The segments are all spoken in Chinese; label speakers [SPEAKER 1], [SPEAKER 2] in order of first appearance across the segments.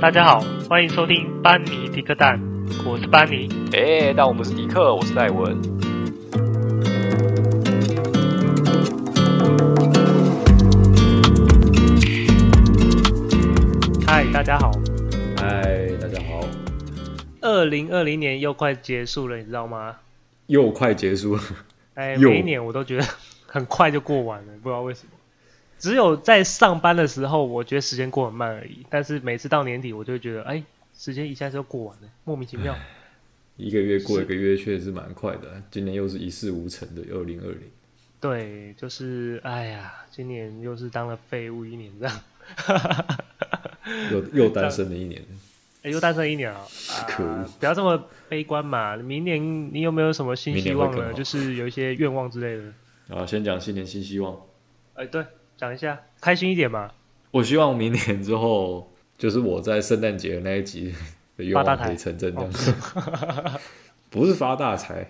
[SPEAKER 1] 大家好，欢迎收听班尼迪克蛋，我是班尼。
[SPEAKER 2] 哎、那我们是迪克，我是戴文。
[SPEAKER 1] 嗨，大家好。
[SPEAKER 3] 嗨，大家好，
[SPEAKER 1] 二零二零年又快结束了，你知道吗？
[SPEAKER 3] 又快结束了，
[SPEAKER 1] 哎，
[SPEAKER 3] 又
[SPEAKER 1] 每一年我都觉得很快就过完了，不知道为什么。只有在上班的时候，我觉得时间过很慢而已。但是每次到年底，我就会觉得，哎，时间一下子就过完了，莫名其妙。
[SPEAKER 3] 一个月过一个月，确实是蛮快的。今年又是一事无成的二零二零，
[SPEAKER 1] 对，就是哎呀，今年又是当了废物一年这样。
[SPEAKER 3] 又又单身了一年。
[SPEAKER 1] 哎又单身一年了、啊
[SPEAKER 3] 可恶
[SPEAKER 1] 不要这么悲观嘛！明年你有没有什么新
[SPEAKER 3] 明
[SPEAKER 1] 希
[SPEAKER 3] 年会
[SPEAKER 1] 望
[SPEAKER 3] 更
[SPEAKER 1] 呢？
[SPEAKER 3] 好
[SPEAKER 1] 就是有一些愿望之类 的。
[SPEAKER 3] 然后先讲新年新希望，
[SPEAKER 1] 哎，对，讲一下，开心一点嘛，
[SPEAKER 3] 我希望明年之后，就是我在圣诞节的那一集的愿
[SPEAKER 1] 发大
[SPEAKER 3] 望
[SPEAKER 1] 财
[SPEAKER 3] 可以成真，这样子。 不是发大财，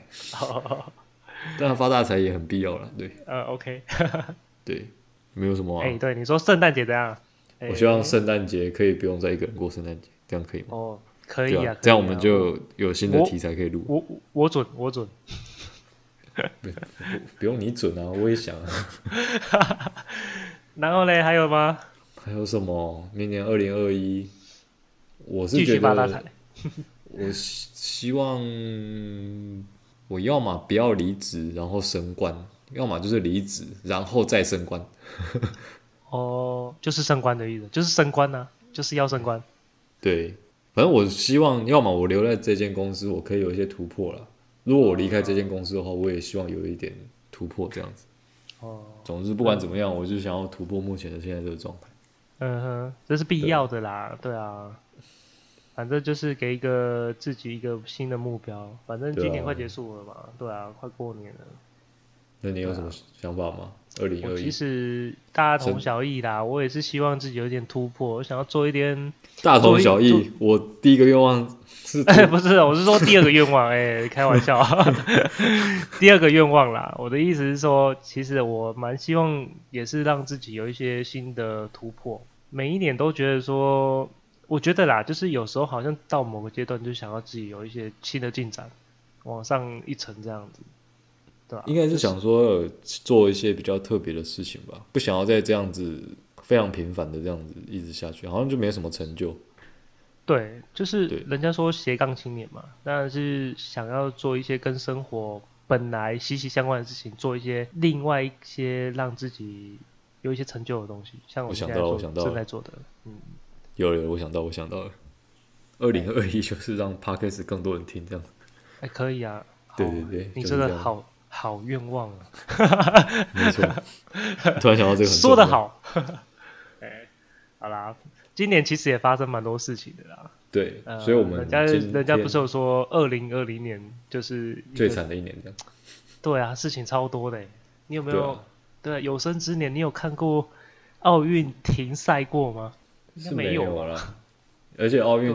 [SPEAKER 3] 但发大财也很必要了。对
[SPEAKER 1] 呃，OK，
[SPEAKER 3] 对，没有什么、啊。
[SPEAKER 1] 哎，对，你说圣诞节怎样？哎
[SPEAKER 3] 我希望圣诞节可以不用再一个人过圣诞节，这样可以吗？
[SPEAKER 1] 哦，可以
[SPEAKER 3] 对
[SPEAKER 1] 啊，可以啊
[SPEAKER 3] 这样我们就有新的
[SPEAKER 1] 我
[SPEAKER 3] 题材可以录。
[SPEAKER 1] 我我我准我准，
[SPEAKER 3] 不用你准啊，我也想啊。
[SPEAKER 1] 然后嘞还有吗？
[SPEAKER 3] 还有什么？明年二零二一，我是
[SPEAKER 1] 继续
[SPEAKER 3] 觉
[SPEAKER 1] 发大财
[SPEAKER 3] 得，我希希望我要么不要离职，然后升官，要么就是离职然后再升官。
[SPEAKER 1] 哦，就是升官的意思，就是升官呐、就是要升官。
[SPEAKER 3] 对，反正我希望，要么我留在这间公司，我可以有一些突破了。如果我离开这间公司的话，我也希望有一点突破，这样子。
[SPEAKER 1] 哦，
[SPEAKER 3] 总之，不管怎么样，我就想要突破目前的现在这个状态。
[SPEAKER 1] 嗯哼，这是必要的啦，对啊。反正就是给一个自己一个新的目标，反正
[SPEAKER 3] 对啊
[SPEAKER 1] 今年快结束了嘛，对啊，快过年了。
[SPEAKER 3] 那你有什么想法吗？二零
[SPEAKER 1] 啊我
[SPEAKER 3] 二一
[SPEAKER 1] 其，实大家同
[SPEAKER 3] 真
[SPEAKER 1] 小异啦，我也是希望自己有点突破，我想要做一点
[SPEAKER 3] 大同小
[SPEAKER 1] 做一
[SPEAKER 3] 异。我第一个愿望是
[SPEAKER 1] 哎，不是，我是说第二个愿望，哎、开玩 笑，第二个愿望啦。我的意思是说，其实我蛮希望也是让自己有一些新的突破。每一年都觉得说，我觉得啦，就是有时候好像到某个阶段就想要自己有一些新的进展，往上一层这样子，对吧、
[SPEAKER 3] 应该是啊想说呃做一些比较特别的事情吧，不想要再这样子非常频繁的这样子一直下去，好像就没什么成就。
[SPEAKER 1] 对，就是
[SPEAKER 3] 对
[SPEAKER 1] 人家说斜杠青年嘛，当然是想要做一些跟生活本来息息相关的事情，做一些另外一些让自己有一些成就的东西，像
[SPEAKER 3] 我
[SPEAKER 1] 们现
[SPEAKER 3] 想
[SPEAKER 1] 在
[SPEAKER 3] 到了
[SPEAKER 1] 做
[SPEAKER 3] 我想到
[SPEAKER 1] 正
[SPEAKER 3] 了
[SPEAKER 1] 在做的，嗯，
[SPEAKER 3] 有了有了，我想到，我想到了，二零二一就是让 podcast 更多人听这样。
[SPEAKER 1] 哎，可以啊，
[SPEAKER 3] 对
[SPEAKER 1] 好
[SPEAKER 3] 对对
[SPEAKER 1] 你
[SPEAKER 3] 就是
[SPEAKER 1] 真
[SPEAKER 3] 这
[SPEAKER 1] 的
[SPEAKER 3] 样
[SPEAKER 1] 好好愿望啊，
[SPEAKER 3] 没错，突然想到这个很重
[SPEAKER 1] 说
[SPEAKER 3] 要
[SPEAKER 1] 的，好， 哎，好啦，今年其实也发生蛮多事情的啦，
[SPEAKER 3] 对，
[SPEAKER 1] 呃，
[SPEAKER 3] 所以我们
[SPEAKER 1] 人家
[SPEAKER 3] 今
[SPEAKER 1] 人家
[SPEAKER 3] 天
[SPEAKER 1] 不是有说二零二零年就是一
[SPEAKER 3] 最
[SPEAKER 1] 个
[SPEAKER 3] 惨的一年这样。
[SPEAKER 1] 对啊，事情超多的欸。你有没有
[SPEAKER 3] 对
[SPEAKER 1] 对,、
[SPEAKER 3] 啊
[SPEAKER 1] 有生之年，你有看过奥运停赛过吗？应该
[SPEAKER 3] 是
[SPEAKER 1] 没
[SPEAKER 3] 没
[SPEAKER 1] 有
[SPEAKER 3] 有啊啦。而且奥运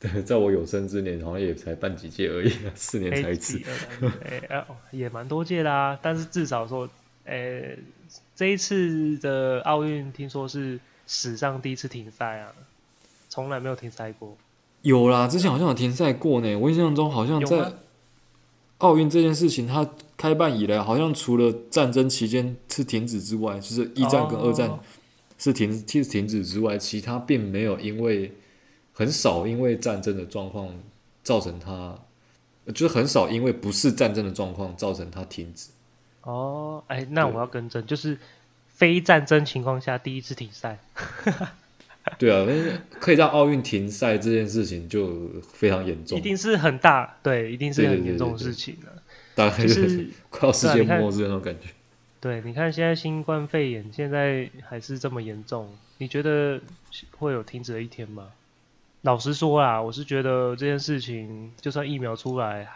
[SPEAKER 1] 对啊，
[SPEAKER 3] 在我有生之年好像也才办几届而已， 四年才一次
[SPEAKER 1] 几。呃哎、呃也蛮多届啦、但是至少说，呃、这一次的奥运听说是史上第一次停赛啊，从来没有停赛过。
[SPEAKER 3] 有啦，之前好像有停赛过呢。我印象中好像
[SPEAKER 1] 有
[SPEAKER 3] 在
[SPEAKER 1] 吗
[SPEAKER 3] 奥运这件事情，它开办以来，好像除了战争期间是停止之外，就是一战跟二战
[SPEAKER 1] 哦
[SPEAKER 3] 是停是停止之外，其他并没有因为很少因为战争的状况造成它，就是很少因为不是战争的状况造成它停止。
[SPEAKER 1] 哦，哎、那
[SPEAKER 3] 对
[SPEAKER 1] 我要更正，就是非战争情况下第一次停赛。
[SPEAKER 3] 对啊，但是可以让奥运停赛这件事情就非常严重
[SPEAKER 1] 一，定是很大，对，一定是
[SPEAKER 3] 对对
[SPEAKER 1] 很
[SPEAKER 3] 对
[SPEAKER 1] 严
[SPEAKER 3] 对
[SPEAKER 1] 重的
[SPEAKER 3] 对
[SPEAKER 1] 事情啊。
[SPEAKER 3] 大概
[SPEAKER 1] 就
[SPEAKER 3] 就是是快要世
[SPEAKER 1] 对啊
[SPEAKER 3] 界
[SPEAKER 1] 你看
[SPEAKER 3] 末日那种感觉。
[SPEAKER 1] 对，你看现在新冠肺炎现在还是这么严重，你觉得会有停止的一天吗？老实说啦，我是觉得这件事情，就算疫苗出来，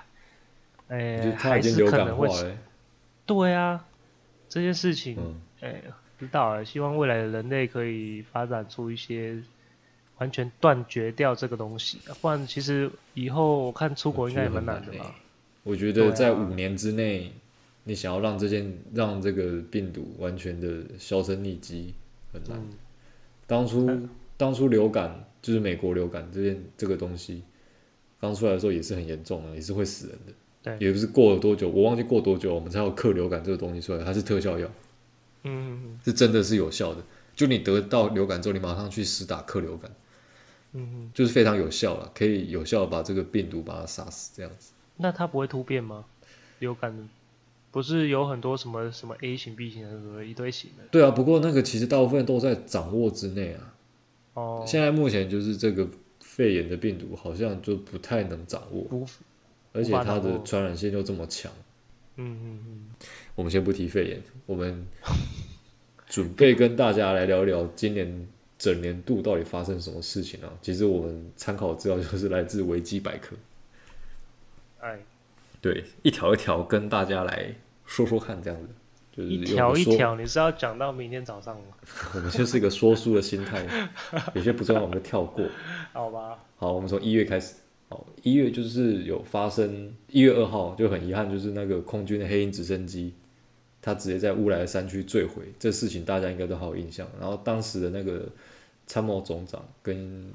[SPEAKER 1] 哎、
[SPEAKER 3] 就它
[SPEAKER 1] 还
[SPEAKER 3] 已经
[SPEAKER 1] 是
[SPEAKER 3] 流
[SPEAKER 1] 可
[SPEAKER 3] 感
[SPEAKER 1] 能会
[SPEAKER 3] 化
[SPEAKER 1] 起。
[SPEAKER 3] 了，
[SPEAKER 1] 对啊，这件事情，
[SPEAKER 3] 嗯。
[SPEAKER 1] 哎、不知道啊，希望未来的人类可以发展出一些完全断绝掉这个东西，不然其实以后我看出国应该也蛮难的
[SPEAKER 3] 我觉得很
[SPEAKER 1] 吧
[SPEAKER 3] 难欸。我觉
[SPEAKER 1] 对啊
[SPEAKER 3] 得在五年之内，你想要让这件让这个病毒完全的销声匿迹很难。
[SPEAKER 1] 嗯，
[SPEAKER 3] 当初
[SPEAKER 1] 嗯
[SPEAKER 3] 当初流感就是美国流感这件这个东西刚出来的时候也是很严重的，也是会死人的。
[SPEAKER 1] 对
[SPEAKER 3] 也不是过了多久，我忘记过多久，我们才有克流感这个东西出来，它是特效药，
[SPEAKER 1] 嗯
[SPEAKER 3] 是真的是有效的。就你得到流感之后，你马上去施打克流感，
[SPEAKER 1] 嗯嗯，
[SPEAKER 3] 就是非常有效了，可以有效地把这个病毒把它杀死，这样子。
[SPEAKER 1] 那它不会突变吗？流感不是有很多什么什么 A 型、B 型什么一堆型的
[SPEAKER 3] 对啊，不过那个其实大部分都在掌握之内啊。
[SPEAKER 1] 哦，
[SPEAKER 3] 现在目前就是这个肺炎的病毒好像就不太能掌握，
[SPEAKER 1] 无
[SPEAKER 3] 而且它
[SPEAKER 1] 掌
[SPEAKER 3] 的
[SPEAKER 1] 握
[SPEAKER 3] 传染性又这么强。
[SPEAKER 1] 嗯嗯嗯，
[SPEAKER 3] 我们先不提肺炎，我们准备跟大家来聊一聊今年整年度到底发生什么事情啊？其实我们参考资料就是来自维基百科，
[SPEAKER 1] 哎，
[SPEAKER 3] 对，一条一条跟大家来说说看，这样子。就是
[SPEAKER 1] 一
[SPEAKER 3] 有
[SPEAKER 1] 条
[SPEAKER 3] 个
[SPEAKER 1] 一
[SPEAKER 3] 说
[SPEAKER 1] 条，你是要讲到明天早上吗？
[SPEAKER 3] 我们就是一个说书的心态，有些不重要我们就跳过。
[SPEAKER 1] 好吧，
[SPEAKER 3] 好，我们从一月开始。好，一月就是有发生，一月二号就很遗憾，就是那个空军的黑鹰直升机，它直接在乌来山区坠毁，这事情大家应该都好有印象。然后当时的那个参谋总长跟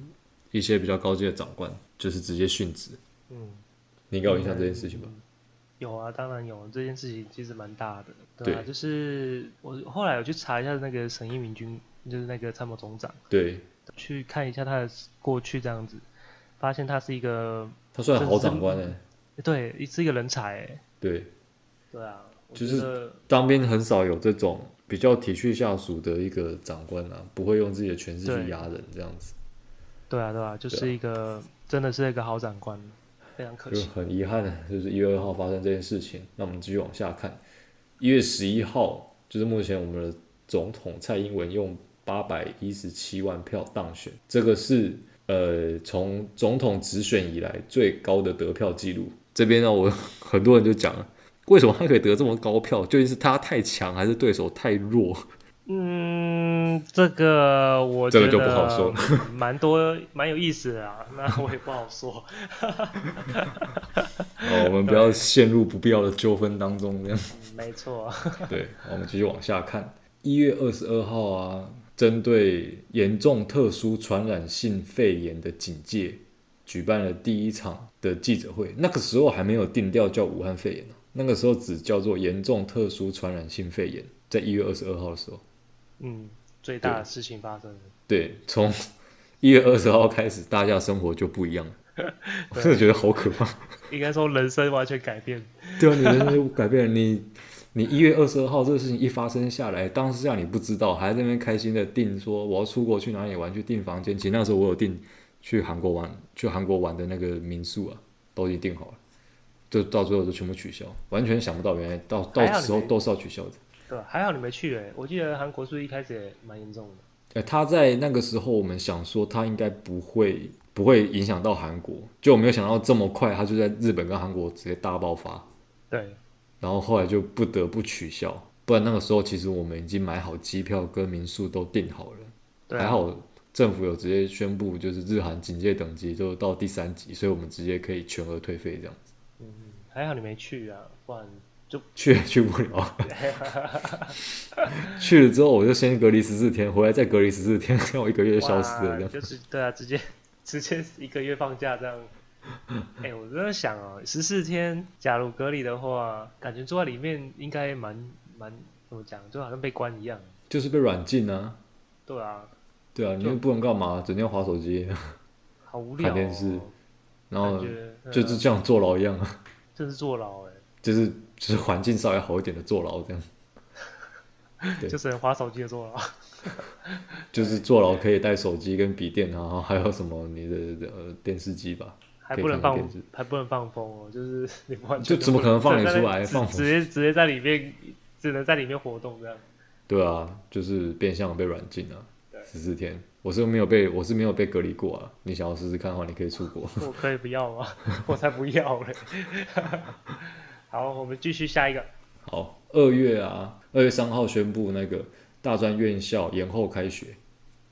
[SPEAKER 3] 一些比较高级的长官，就是直接殉职。
[SPEAKER 1] 嗯，
[SPEAKER 3] 你应该有印象这件事情吧？
[SPEAKER 1] 有啊，当然有，这件事情其实蛮大的，啊，
[SPEAKER 3] 对
[SPEAKER 1] 就是我后来有去查一下那个沈一鸣军，就是那个参谋总长，
[SPEAKER 3] 对，
[SPEAKER 1] 去看一下他的过去这样子，发现他是一个
[SPEAKER 3] 他算好长官呢、欸
[SPEAKER 1] 对，是一个人才、欸，
[SPEAKER 3] 对，
[SPEAKER 1] 对啊，我
[SPEAKER 3] 就
[SPEAKER 1] 觉
[SPEAKER 3] 是
[SPEAKER 1] 得
[SPEAKER 3] 当兵很少有这种比较体恤下属的一个长官啊，不会用自己的权势
[SPEAKER 1] 对
[SPEAKER 3] 去压人，这样子
[SPEAKER 1] 对啊，对啊，就是一个、真的是一个好长官，非常可
[SPEAKER 3] 就
[SPEAKER 1] 惜。
[SPEAKER 3] 很遗憾的，就是一月二号发生这件事情。那我们继续往下看，一月十一号，就是目前我们的总统蔡英文用八百一十七万票当选，这个是呃从总统直选以来最高的得票记录。这边呢，我 很多人就讲了，为什么他可以得这么高票？究竟是他太强，还是对手太弱？
[SPEAKER 1] 嗯，这个我
[SPEAKER 3] 这个
[SPEAKER 1] 觉
[SPEAKER 3] 就不好
[SPEAKER 1] 得
[SPEAKER 3] 说
[SPEAKER 1] 蛮多蛮有意思的啊，那我也不好说。
[SPEAKER 3] 哦，我们不要陷入不必要的纠纷当中，这样。
[SPEAKER 1] 嗯没错，
[SPEAKER 3] 对，我们继续往下看。一月二十二号啊，针对严重特殊传染性肺炎的警戒，举办了第一场的记者会。那个时候还没有定调叫武汉肺炎、啊、那个时候只叫做严重特殊传染性肺炎。在一月二十二号的时候，
[SPEAKER 1] 嗯，最大的事情发生了，
[SPEAKER 3] 对，从一月二十号开始，大家生活就不一样了。我真的觉得好可怕。
[SPEAKER 1] 应该说人生完全改变。
[SPEAKER 3] 对啊，你人生就改变了。你你一月二十二号这个事情一发生下来，当时下你不知道，还在那边开心的订说我要出国去哪里玩，去订房间。其实那时候我有订去韩国玩，去韩国玩的那个民宿啊，都已经订好了，就到最后就全部取消，完全想不到原来到到
[SPEAKER 1] 还好你
[SPEAKER 3] 时候
[SPEAKER 1] 没
[SPEAKER 3] 都是要取消的。
[SPEAKER 1] 对吧，还好你没去诶、我记得韩国是不是一开始也蛮严重的？
[SPEAKER 3] 呃，他在那个时候，我们想说他应该不会不会影响到韩国，就我没有想到这么快，他就在日本跟韩国直接大爆发。
[SPEAKER 1] 对，
[SPEAKER 3] 然后后来就不得不取消，不然那个时候其实我们已经买好机票跟民宿都订好了，
[SPEAKER 1] 对啊
[SPEAKER 3] 还好政府有直接宣布就是日韩警戒等级就到第三级，所以我们直接可以全额退费这样子，
[SPEAKER 1] 还好你没去啊，不然就
[SPEAKER 3] 去也去不 了，去了之后我就先隔离十四天，回来再隔离十四天， 让我一个月就消失了
[SPEAKER 1] 哇
[SPEAKER 3] 这样。
[SPEAKER 1] 就是对啊，直接直接一个月放假这样。哎、我真的想哦，十四天假如隔离的话，感觉坐在里面应该蛮蛮怎么讲，就好像被关一样。
[SPEAKER 3] 就是被软禁啊，
[SPEAKER 1] 对啊，
[SPEAKER 3] 对啊，你
[SPEAKER 1] 就
[SPEAKER 3] 又不能干嘛，整天划手机，
[SPEAKER 1] 好无聊、哦。
[SPEAKER 3] 看电视然
[SPEAKER 1] 感
[SPEAKER 3] 后
[SPEAKER 1] 觉
[SPEAKER 3] 就是
[SPEAKER 1] 嗯
[SPEAKER 3] 像坐牢一样啊。
[SPEAKER 1] 真是坐牢哎、
[SPEAKER 3] 就是就是环境稍微好一点的坐牢这样。对
[SPEAKER 1] 就是很滑手机的坐牢。
[SPEAKER 3] 就是坐牢可以带手机跟笔电，啊然后还有什么你的呃电视机吧？
[SPEAKER 1] 还不能
[SPEAKER 3] 可以看
[SPEAKER 1] 放
[SPEAKER 3] 电视，
[SPEAKER 1] 还不能放风哦，就是你完
[SPEAKER 3] 就
[SPEAKER 1] 全
[SPEAKER 3] 怎么可能放你
[SPEAKER 1] 在那
[SPEAKER 3] 出来
[SPEAKER 1] 直
[SPEAKER 3] 放风
[SPEAKER 1] 直接直接在里面，只能在里面活动这样。
[SPEAKER 3] 对啊，就是变相被软禁啊
[SPEAKER 1] 对，
[SPEAKER 3] 十四天。我是没有被，我是没有被隔离过啊。你想要试试看的话，你可以出国。
[SPEAKER 1] 我可以不要吗？我才不要嘞！ 好，我们继续下一个。
[SPEAKER 3] 好，二月啊，二月三号宣布那个大专院校延后开学，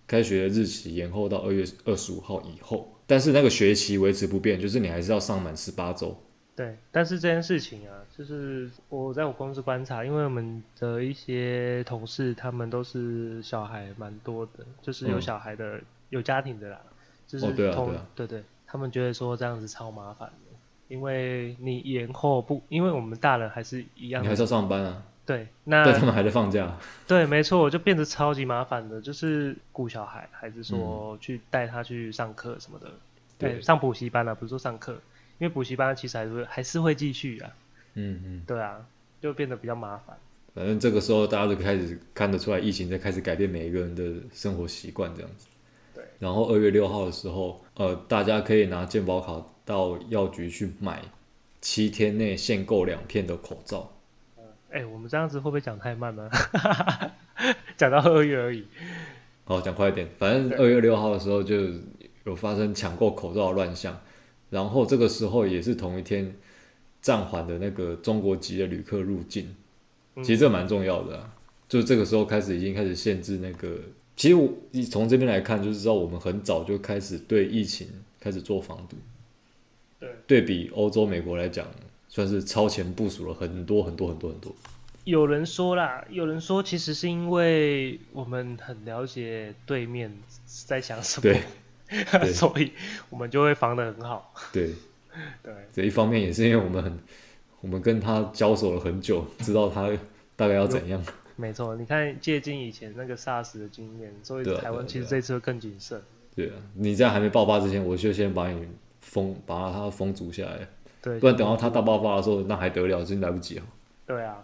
[SPEAKER 3] 开学的日期延后到二月二十五号以后，但是那个学期维持不变，就是你还是要上满十八周。
[SPEAKER 1] 对，但是这件事情啊，就是我在我公司观察，因为我们的一些同事他们都是小孩蛮多的，就是有
[SPEAKER 3] 嗯
[SPEAKER 1] 小孩的有家庭的啦，就是
[SPEAKER 3] 哦
[SPEAKER 1] 同、
[SPEAKER 3] 对啊对啊
[SPEAKER 1] 对对他们觉得说这样子超麻烦的，因为你延后不，因为我们大人还是一样
[SPEAKER 3] 你还是要上班啊，
[SPEAKER 1] 对，那
[SPEAKER 3] 但他们还在放假，
[SPEAKER 1] 对，没错，就变得超级麻烦的，就是顾小孩，还是说去带他去上课什么的，
[SPEAKER 3] 嗯对
[SPEAKER 1] 哎上补习班了、不是说上课，因为补习班其实还是会还是会继续啊，
[SPEAKER 3] 嗯嗯，
[SPEAKER 1] 对啊，就变得比较麻烦。
[SPEAKER 3] 反正这个时候大家就开始看得出来，疫情在开始改变每一个人的生活习惯这样子。
[SPEAKER 1] 对。
[SPEAKER 3] 然后二月六号的时候，呃，大家可以拿健保卡到药局去买七天内限购两片的口罩。
[SPEAKER 1] 哎、我们这样子会不会讲太慢呢？ 讲到二月而已。
[SPEAKER 3] 好，哦讲快一点。反正二月六号的时候就有发生抢购口罩的乱象，然后这个时候也是同一天暂缓的那个中国籍的旅客入境，
[SPEAKER 1] 嗯
[SPEAKER 3] 其实这蛮重要的、啊。就这个时候开始已经开始限制那个，其实我你从这边来看，就是知道我们很早就开始对疫情开始做防堵。
[SPEAKER 1] 对，
[SPEAKER 3] 对比欧洲、美国来讲，算是超前部署了很多很多很多很多。
[SPEAKER 1] 有人说啦，有人说其实是因为我们很了解对面在想什
[SPEAKER 3] 对
[SPEAKER 1] 么，
[SPEAKER 3] 对
[SPEAKER 1] 所以我们就会防得很好。
[SPEAKER 3] 对，
[SPEAKER 1] 对，
[SPEAKER 3] 这一方面也是因为我们很，我们跟他交手了很久，知道他大概要怎样。
[SPEAKER 1] 没错，你看借鉴以前那个 SARS 的经验，所以
[SPEAKER 3] 对啊
[SPEAKER 1] 台湾
[SPEAKER 3] 对啊
[SPEAKER 1] 其实
[SPEAKER 3] 对啊
[SPEAKER 1] 这次会更谨慎。
[SPEAKER 3] 对啊，你在还没爆发之前，我就先把你封，把他封阻下来，
[SPEAKER 1] 对，
[SPEAKER 3] 不然等到他大爆发的时候，那还得了？真来不及啊。
[SPEAKER 1] 对啊，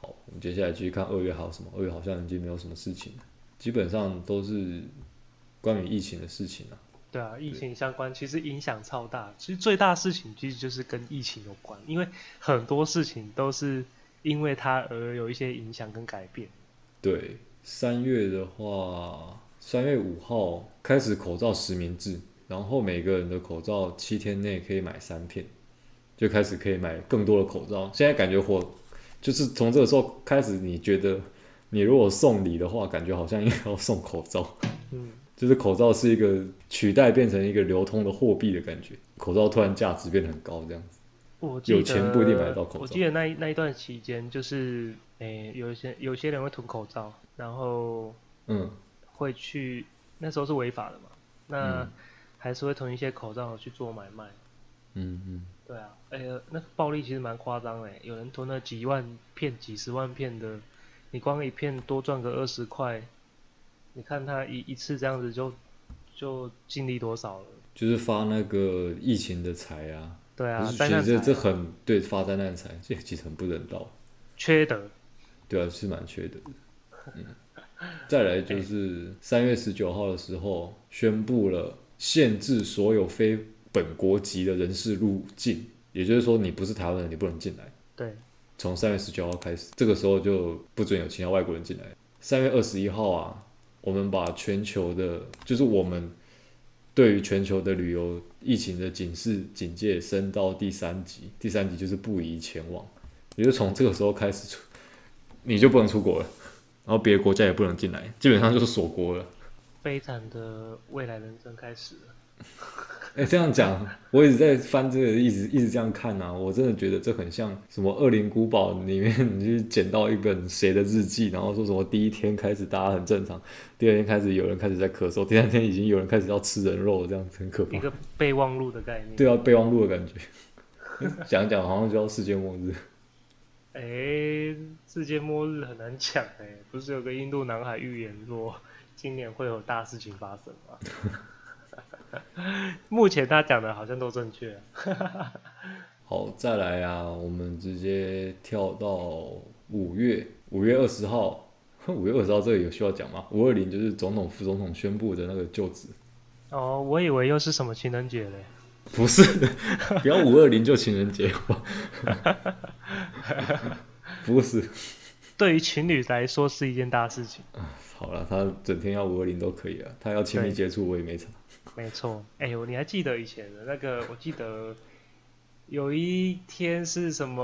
[SPEAKER 3] 好，我们接下来继续看二月还有什么？二月好像已经没有什么事情了，基本上都是关于疫情的事情啊。
[SPEAKER 1] 对啊，疫情相关其实影响超大。其实最大事情其实就是跟疫情有关，因为很多事情都是因为它而有一些影响跟改变。
[SPEAKER 3] 对，三月的话，三月五号开始口罩实名制，然后每个人的口罩七天内可以买三片，就开始可以买更多的口罩。现在感觉火，就是从这个时候开始，你觉得你如果送礼的话，感觉好像应该要送口罩，
[SPEAKER 1] 嗯，
[SPEAKER 3] 就是口罩是一个取代变成一个流通的货币的感觉，口罩突然价值变得很高，这样子。
[SPEAKER 1] 我记
[SPEAKER 3] 有
[SPEAKER 1] 得
[SPEAKER 3] 钱不一定买得到口罩
[SPEAKER 1] 我记得那一那一段期间，就是诶、呃有一些有些人会囤口罩，然后
[SPEAKER 3] 嗯，
[SPEAKER 1] 会去那时候是违法的嘛，那
[SPEAKER 3] 嗯
[SPEAKER 1] 还是会囤一些口罩去做买卖。
[SPEAKER 3] 嗯嗯，
[SPEAKER 1] 对啊，哎、呀，那个暴利其实蛮夸张的，欸有人囤了几万片、几十万片的，你光一片多赚个二十块，你看他一一次这样子就就尽力多少了？
[SPEAKER 3] 就是发那个疫情的财啊，
[SPEAKER 1] 对啊
[SPEAKER 3] 我，是
[SPEAKER 1] 灾
[SPEAKER 3] 觉得
[SPEAKER 1] 难
[SPEAKER 3] 这这
[SPEAKER 1] 财
[SPEAKER 3] 很对发灾难财，这其实很不人道，
[SPEAKER 1] 缺德，
[SPEAKER 3] 对啊，是蛮缺德的。嗯，再来
[SPEAKER 1] 哎
[SPEAKER 3] 就是三月十九号的时候宣布了限制所有非本国籍的人士入境，也就是说你不是台湾人，你不能进来。
[SPEAKER 1] 对，
[SPEAKER 3] 从三月十九号开始，这个时候就不准有其他外国人进来。三月二十一号啊，我们把全球的，就是我们对于全球的旅游疫情的警示警戒升到第三级，第三级就是不宜前往，也就是从这个时候开始出，你就不能出国了，然后别的国家也不能进来，基本上就是锁国了。
[SPEAKER 1] 悲惨的未来人生开始了。
[SPEAKER 3] 哎、这样讲，我一直在翻这个，一直一直这样看啊，我真的觉得这很像什么《恶灵古堡》里面， 你去捡到一本谁的日记，然后说什么第一天开始大家很正常，第二天开始有人开始在咳嗽，第三天已经有人开始要吃人肉，这样子很可
[SPEAKER 1] 一
[SPEAKER 3] 怕。
[SPEAKER 1] 个备忘录的概念。
[SPEAKER 3] 对啊，备忘录的感觉， 讲一讲好像就要世界末日。
[SPEAKER 1] 哎、世界末日很难讲哎、不是有个印度男孩预言说今年会有大事情发生吗？ 目前他讲的好像都正确、 啊。
[SPEAKER 3] 好，再来啊，我们直接跳到五月，五月二十号， 五月二十号这个有需要讲吗？五二零就是总统、副总统宣布的那个就职。
[SPEAKER 1] 哦，我以为又是什么情人节嘞。
[SPEAKER 3] 不 是，不要五二零就情人节吧。 不是，
[SPEAKER 1] 对于情侣来说是一件大事情，
[SPEAKER 3] 好了，他整天要五二零都可以了，他要亲密
[SPEAKER 1] 对
[SPEAKER 3] 接触我也没差。
[SPEAKER 1] 没错。哎、呦，你还记得以前的那个？我记得有一天是什么？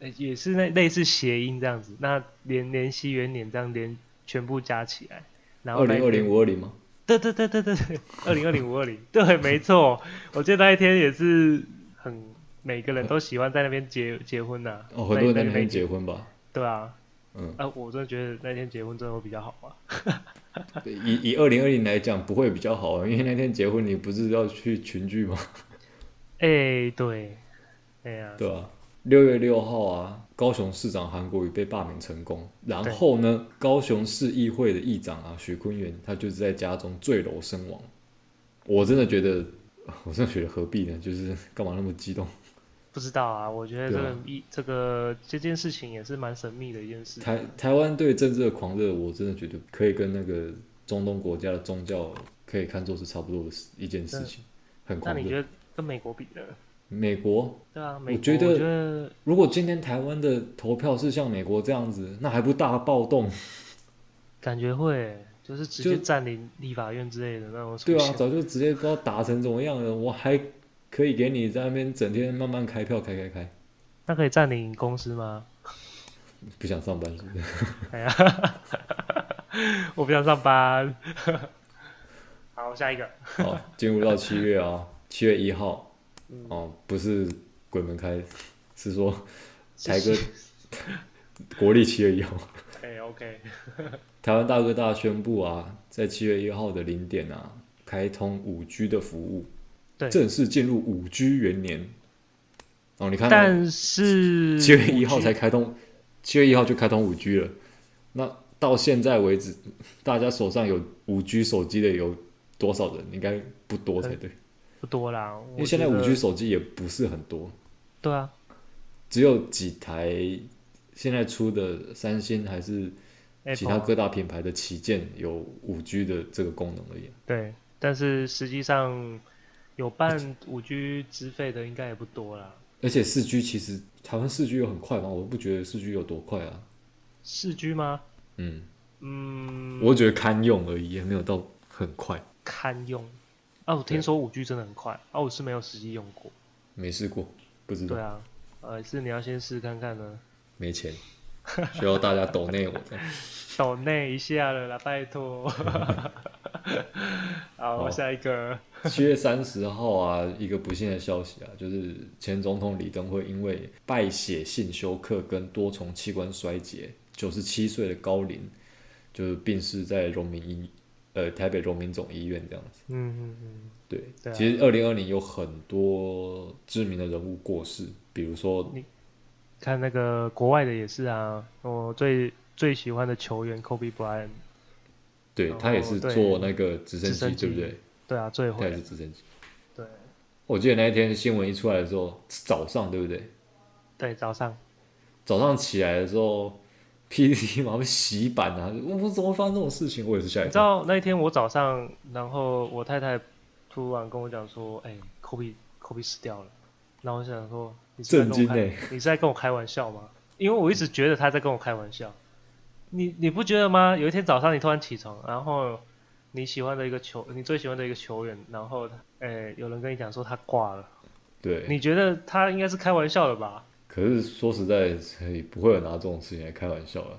[SPEAKER 1] 呃也是那类似谐音这样子，那连连西元年这样连全部加起来，然后
[SPEAKER 3] 二
[SPEAKER 1] 那一
[SPEAKER 3] 零二
[SPEAKER 1] 天
[SPEAKER 3] 零五二零吗？
[SPEAKER 1] 对对对对对对，二零二零五二零，对，没错。我记得那一天也是很，每个人都喜欢在那边结结婚呐、
[SPEAKER 3] 哦，很多人在
[SPEAKER 1] 那
[SPEAKER 3] 那
[SPEAKER 1] 那
[SPEAKER 3] 边
[SPEAKER 1] 一天
[SPEAKER 3] 结婚吧？
[SPEAKER 1] 对啊，
[SPEAKER 3] 嗯，
[SPEAKER 1] 啊，我真的觉得那天结婚真的会比较好啊。
[SPEAKER 3] 对以以二零二零来讲不会比较好，因为那天结婚你不是要去群聚吗？
[SPEAKER 1] 哎、对，哎呀、
[SPEAKER 3] 对啊，六月六号啊，高雄市长韩国瑜被罢免成功，然后呢，高雄市议会的议长啊许坤元，他就是在家中坠楼身亡。我真的觉得，我真的觉得何必呢？就是干嘛那么激动？
[SPEAKER 1] 不知道啊，我觉得这
[SPEAKER 3] 对
[SPEAKER 1] 个
[SPEAKER 3] 啊
[SPEAKER 1] 一、这个这件事情也是蛮神秘的一件事。
[SPEAKER 3] 台台湾对政治的狂热，我真的觉得可以跟那个中东国家的宗教可以看作是差不多的事一件事情，很
[SPEAKER 1] 那
[SPEAKER 3] 狂
[SPEAKER 1] 你
[SPEAKER 3] 热。
[SPEAKER 1] 觉得跟美国比呢？
[SPEAKER 3] 美国
[SPEAKER 1] 对啊，美国
[SPEAKER 3] 觉得
[SPEAKER 1] 我觉得
[SPEAKER 3] 如果今天台湾的投票是像美国这样子，那还不大暴动？
[SPEAKER 1] 感觉会就是直接
[SPEAKER 3] 就
[SPEAKER 1] 占领立法院之类的那种出
[SPEAKER 3] 对啊，
[SPEAKER 1] 现。
[SPEAKER 3] 早就直接不知道打成怎么样了，我还可以给你在那边整天慢慢开票，开开开，
[SPEAKER 1] 那可以占领公司吗？
[SPEAKER 3] 不想上班是不是？
[SPEAKER 1] 哎呀，我不想上班。 好，下一个。
[SPEAKER 3] 好，哦进入到七月啊，七月一号，
[SPEAKER 1] 嗯
[SPEAKER 3] 哦，不是鬼门开，是说台哥国历七月一号，
[SPEAKER 1] 哎、o k
[SPEAKER 3] 台湾大哥大宣布啊，在七月一号的零点啊，开通五 G 的服务，
[SPEAKER 1] 对
[SPEAKER 3] 正式进入五 G 元年。哦，你看到、
[SPEAKER 1] 但是
[SPEAKER 3] 七月一号才开通，七月一号就开通五 G 了。那到现在为止，大家手上有五 G 手机的有多少人？应该不多才对，
[SPEAKER 1] 不多啦，
[SPEAKER 3] 因
[SPEAKER 1] 我
[SPEAKER 3] 为现在
[SPEAKER 1] 觉
[SPEAKER 3] 五
[SPEAKER 1] 得
[SPEAKER 3] G 手机也不是很多，
[SPEAKER 1] 对啊，
[SPEAKER 3] 只有几台现在出的三星还是其他
[SPEAKER 1] Apple 啊
[SPEAKER 3] 各大品牌的旗舰有五 G 的这个功能而已。
[SPEAKER 1] 对，但是实际上有办五 G 资费的应该也不多啦。
[SPEAKER 3] 而且四 G 其实台湾四 G 有很快吗？我不觉得四 G 有多快啊。
[SPEAKER 1] 四 G 吗？
[SPEAKER 3] 嗯，
[SPEAKER 1] 嗯，
[SPEAKER 3] 我觉得堪用而已，也没有到很快，
[SPEAKER 1] 堪用。啊，我
[SPEAKER 3] 对
[SPEAKER 1] 听说五 G 真的很快，啊，我是没有实际用过。
[SPEAKER 3] 没试过，不知道
[SPEAKER 1] 对。啊，呃，是你要先试看看呢。
[SPEAKER 3] 没钱，需要大家抖内我。
[SPEAKER 1] 抖内一下了啦，拜 托。好，
[SPEAKER 3] 好
[SPEAKER 1] 下一个。
[SPEAKER 3] 七月三十号啊，一个不幸的消息啊，就是前总统李登辉因为败血性休克跟多重器官衰竭，九十七岁的高龄，就是病逝在荣民医，呃，台北荣民总医院这样子。
[SPEAKER 1] 嗯嗯嗯，
[SPEAKER 3] 对，
[SPEAKER 1] 对啊
[SPEAKER 3] 其实二零二零有很多知名的人物过世，比如说
[SPEAKER 1] 看那个国外的也是啊，我最最喜欢的球员 Kobe Bryant，
[SPEAKER 3] 对
[SPEAKER 1] 哦
[SPEAKER 3] 他也是
[SPEAKER 1] 对
[SPEAKER 3] 坐那个直升
[SPEAKER 1] 直升
[SPEAKER 3] 机，
[SPEAKER 1] 机
[SPEAKER 3] 对不对？
[SPEAKER 1] 对啊，最
[SPEAKER 3] 他也
[SPEAKER 1] 会
[SPEAKER 3] 是，直升机。
[SPEAKER 1] 对
[SPEAKER 3] 我记得那一天新闻一出来的时候，是早上对不对？
[SPEAKER 1] 对，早上
[SPEAKER 3] 早上起来的时候，PPT 马上被洗版啊！我我怎么会发生这种事情？我也是吓一
[SPEAKER 1] 你知
[SPEAKER 3] 跳。
[SPEAKER 1] 道那一天我早上，然后我太太突然跟我讲说：“哎、科比科比死掉了。”然后我想说：“你是在
[SPEAKER 3] 震
[SPEAKER 1] 跟我
[SPEAKER 3] 惊
[SPEAKER 1] 开、
[SPEAKER 3] 欸
[SPEAKER 1] 你是在跟我开玩笑吗？”因为我一直觉得他在跟我开玩笑。你你不觉得吗？有一天早上你突然起床，然后你喜欢的一个球，你最喜欢的一个球员，然后他哎、有人跟你讲说他挂了，
[SPEAKER 3] 对，
[SPEAKER 1] 你觉得他应该是开玩笑的吧？
[SPEAKER 3] 可是说实在，所以不会有拿这种事情来开玩笑了。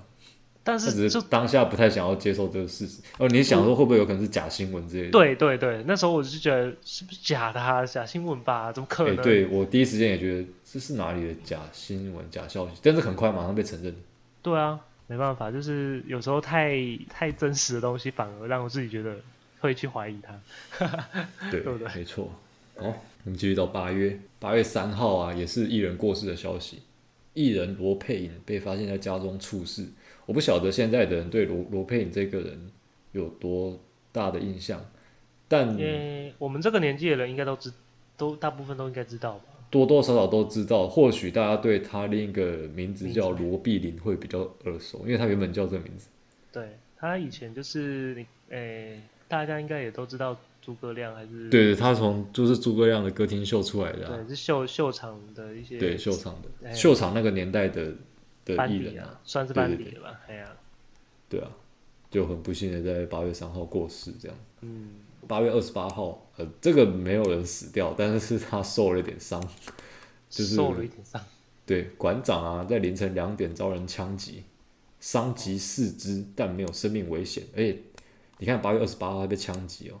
[SPEAKER 1] 但
[SPEAKER 3] 他
[SPEAKER 1] 是
[SPEAKER 3] 只
[SPEAKER 1] 就是
[SPEAKER 3] 当下不太想要接受这个事实。哦，你想说会不会有可能是假新闻之类的？哎
[SPEAKER 1] 对对对，那时候我就觉得是不是假的、啊，假新闻吧？怎么可
[SPEAKER 3] 哎，
[SPEAKER 1] 能？
[SPEAKER 3] 对我第一时间也觉得这是哪里的假新闻、假消息，但是很快马上被承认。
[SPEAKER 1] 对啊，没办法，就是有时候太太真实的东西，反而让我自己觉得会去怀疑它。
[SPEAKER 3] 对，
[SPEAKER 1] 对不对
[SPEAKER 3] 没错。好，我们继续到八月，八月三号啊，也是艺人过世的消息。艺人罗佩颖被发现在家中猝死，我不晓得现在的人对罗罗佩颖这个人有多大的印象，但
[SPEAKER 1] 因
[SPEAKER 3] 嗯
[SPEAKER 1] 为我们这个年纪的人应该都知，都大部分都应该知道吧？
[SPEAKER 3] 多多少少都知道。或许大家对他另一个名字叫罗碧玲会比较耳熟，因为他原本叫这个名字。
[SPEAKER 1] 对他以前就是你，诶、大家应该也都知道诸葛亮还是
[SPEAKER 3] 对，他从就是诸葛亮的歌厅秀出来的啊、
[SPEAKER 1] 对是秀秀场的一些
[SPEAKER 3] 对秀场
[SPEAKER 1] 哎
[SPEAKER 3] 的秀场那个年代的的
[SPEAKER 1] 班
[SPEAKER 3] 艺
[SPEAKER 1] 底
[SPEAKER 3] 人啊
[SPEAKER 1] 啊，，算是
[SPEAKER 3] 对
[SPEAKER 1] 班
[SPEAKER 3] 对
[SPEAKER 1] 底了吧？哎呀、
[SPEAKER 3] 对啊，就很不幸的在八月三号过世，这样。
[SPEAKER 1] 嗯，
[SPEAKER 3] 八月二十八号，呃，这个没有人死掉，但是他受了一点伤。 就是
[SPEAKER 1] 受了一点伤，
[SPEAKER 3] 对，馆长啊，在凌晨两点遭人枪击，伤及四肢，但没有生命危险。而且你看，八月二十八号他被枪击哦，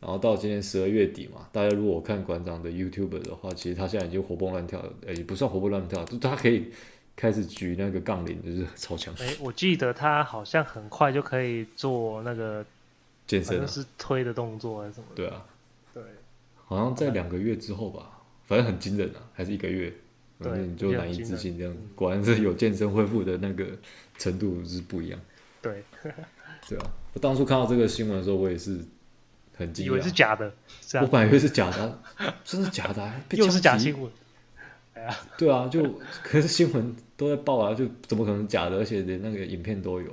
[SPEAKER 3] 然后到今年十二月底嘛，大家如果哎有看馆长的 YouTube 的话，其实他现在已经活蹦乱跳了，呃，也不算活蹦乱跳，就他可以开始举那个杠铃，就是超强
[SPEAKER 1] 哎、我记得他好像很快就可以做那个，
[SPEAKER 3] 健
[SPEAKER 1] 好
[SPEAKER 3] 身、
[SPEAKER 1] 像
[SPEAKER 3] 啊。
[SPEAKER 1] 是推的动作还是什么的。
[SPEAKER 3] 对啊，
[SPEAKER 1] 对
[SPEAKER 3] 好像在两个月之后吧，反正很惊人啊，还是一个月，
[SPEAKER 1] 对
[SPEAKER 3] 反正你就难
[SPEAKER 1] 很
[SPEAKER 3] 以
[SPEAKER 1] 惊
[SPEAKER 3] 置
[SPEAKER 1] 人
[SPEAKER 3] 信这样
[SPEAKER 1] 嗯。
[SPEAKER 3] 果然是有健身恢复的那个程度是不一样，
[SPEAKER 1] 对，
[SPEAKER 3] 对啊。我当初看到这个新闻的时候，我也是很惊
[SPEAKER 1] 以为是
[SPEAKER 3] 讶，
[SPEAKER 1] 假的，是啊
[SPEAKER 3] 我，本来以为是假的啊，真的假 的啊，被
[SPEAKER 1] 又是假
[SPEAKER 3] 枪击
[SPEAKER 1] 新闻。
[SPEAKER 3] 对啊，就可是新闻都在报啊，就怎么可能假的？而且连那个影片都有。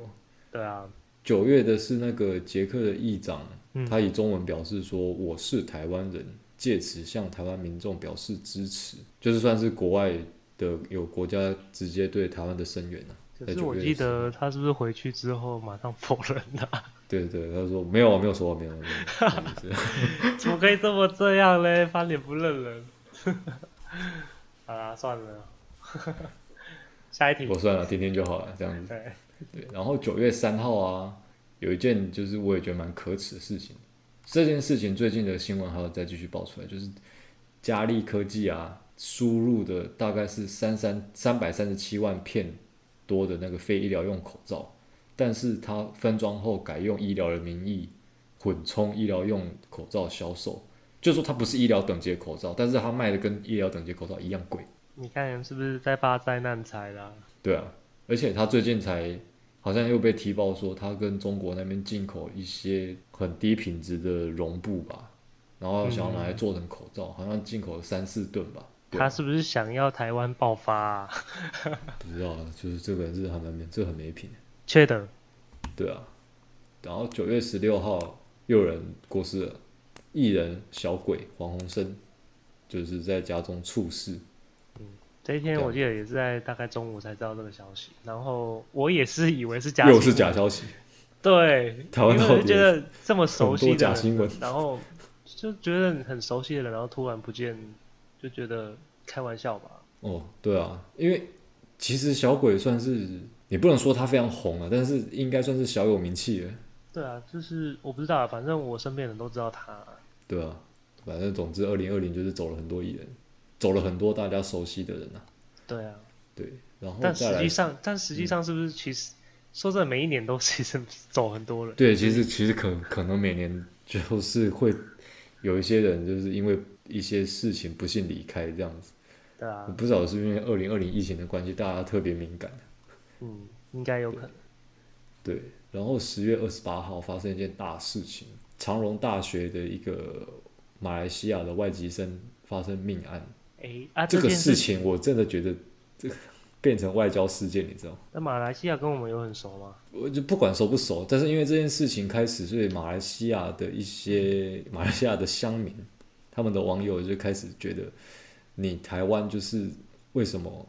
[SPEAKER 1] 对啊，
[SPEAKER 3] 九月的是那个捷克的议长，
[SPEAKER 1] 嗯
[SPEAKER 3] 他以中文表示说：“我是台湾人，借此向台湾民众表示支持。”就是算是国外的有国家直接对台湾的声援啊。
[SPEAKER 1] 可
[SPEAKER 3] 在
[SPEAKER 1] 是
[SPEAKER 3] 九
[SPEAKER 1] 我
[SPEAKER 3] 月的
[SPEAKER 1] 记
[SPEAKER 3] 时候
[SPEAKER 1] 得他是不是回去之后马上否认啊 的、
[SPEAKER 3] 对对，他说没有啊，没有说啊没有啊，没有啊没有啊
[SPEAKER 1] 怎么可以这么这样嘞？翻脸不认人。 好啦，算了， 下一题
[SPEAKER 3] 我。算了，听听就好了，这样子。
[SPEAKER 1] 对，
[SPEAKER 3] 对，然后九月三号啊，有一件就是我也觉得蛮可耻的事情。这件事情最近的新闻还有再继续爆出来，就是佳利科技啊输入的大概是三三三百三十七万片多的那个非医疗用口罩，但是它分装后改用医疗的名义混充医疗用口罩销售，就是说它不是医疗等级的口罩，但是它卖的跟医疗等级的口罩一样贵。
[SPEAKER 1] 你看是不是在发灾难财啦、
[SPEAKER 3] 对啊，而且他最近才好像又被踢爆说他跟中国那边进口一些很低品质的绒布吧，然后想要拿来做成口罩，好像进口了三四吨吧。对啊
[SPEAKER 1] 他是不是想要台湾爆发、啊？
[SPEAKER 3] 不知道，就是这个人是还蛮没，这很没品。
[SPEAKER 1] 缺德。
[SPEAKER 3] 对啊，然后九月十六号又有人过世了，艺人小鬼黄鸿升就是在家中猝逝。
[SPEAKER 1] 这一天
[SPEAKER 3] 对啊
[SPEAKER 1] 我记得也是在大概中午才知道这个消息，然后我也是以为是假，
[SPEAKER 3] 又是假，消息，
[SPEAKER 1] 对，
[SPEAKER 3] 台湾
[SPEAKER 1] 因为
[SPEAKER 3] 到
[SPEAKER 1] 我
[SPEAKER 3] 底
[SPEAKER 1] 就觉得这么熟悉
[SPEAKER 3] 很多
[SPEAKER 1] 的
[SPEAKER 3] 假
[SPEAKER 1] 人
[SPEAKER 3] 新闻
[SPEAKER 1] 然后就觉得很熟悉的人，然后突然不见，就觉得开玩笑吧。
[SPEAKER 3] 哦，对啊，因为其实小鬼算是你不能说他非常红啊，但是应该算是小有名气了，
[SPEAKER 1] 对啊，就是我不知道啊，反正我身边人都知道他。
[SPEAKER 3] 对啊。反正总之，二零二零就是走了很多艺人，走了很多大家熟悉的人啊。
[SPEAKER 1] 对啊，
[SPEAKER 3] 对，然后
[SPEAKER 1] 但
[SPEAKER 3] 再
[SPEAKER 1] 实
[SPEAKER 3] 来嗯
[SPEAKER 1] 际，上，但实际上是不是其实、说真的，每一年都其实走很多人。
[SPEAKER 3] 对，其实其实可可能每年就是会有一些人就是因为一些事情不幸离开这样子。
[SPEAKER 1] 对啊
[SPEAKER 3] 我，不知道是因为二零二零疫情的关系，大家特别敏感。
[SPEAKER 1] 嗯，应该有可能。
[SPEAKER 3] 对，然后十月二十八号发生一件大事情，长荣大学的一个马来西亚的外籍生发生命案，
[SPEAKER 1] 哎啊，
[SPEAKER 3] 这个
[SPEAKER 1] 件
[SPEAKER 3] 事，情我真的觉得这个变成外交事件，你知道吗？
[SPEAKER 1] 那马来西亚跟我们有很熟吗？
[SPEAKER 3] 我就不管熟不熟，但是因为这件事情开始，所以马来西亚的一些马来西亚的乡民，他们的网友就开始觉得，你台湾就是为什么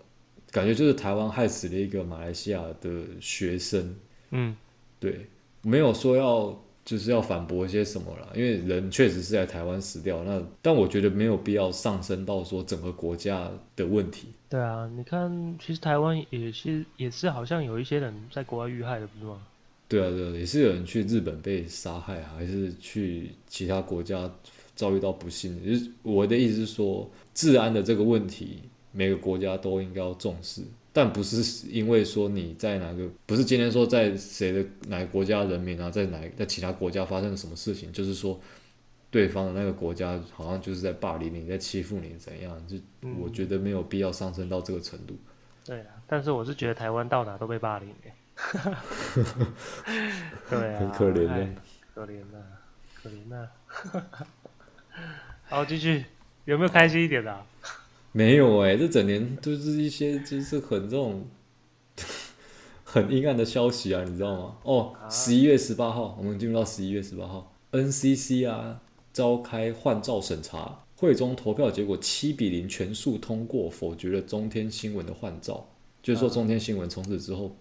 [SPEAKER 3] 感觉就是台湾害死了一个马来西亚的学生，
[SPEAKER 1] 嗯，
[SPEAKER 3] 对，没有说要就是要反驳一些什么啦，因为人确实是在台湾死掉，那但我觉得没有必要上升到说整个国家的问题。
[SPEAKER 1] 对啊，你看，其实台湾也是也是好像有一些人在国外遇害的，不是吗？
[SPEAKER 3] 对啊，对啊，也是有人去日本被杀害啊，还是去其他国家遭遇到不幸。就是我的意思是说，治安的这个问题，每个国家都应该要重视，但不是因为说你在哪个，不是今天说在谁的哪个国家人民啊，在哪在其他国家发生了什么事情，就是说对方的那个国家好像就是在霸凌你，在欺负你怎样？就
[SPEAKER 1] 嗯
[SPEAKER 3] 我觉得没有必要上升到这个程度。
[SPEAKER 1] 对啊，但是我是觉得台湾到哪都被霸凌、 欸，对啊，
[SPEAKER 3] 很可怜的
[SPEAKER 1] 哎可怜呐、可怜呐、 好，继续，有没有开心一点的啊、
[SPEAKER 3] 没有哎、这整年都是一些就是很这种 很阴暗的消息啊，你知道吗？哦，
[SPEAKER 1] 啊
[SPEAKER 3] 十一月十八号，我们进入到十一月十八号，NCC 啊召开换照审查，会中投票结果七比零全数通过，否决了中天新闻的换照，就是说
[SPEAKER 1] 啊
[SPEAKER 3] 中天新闻从此之后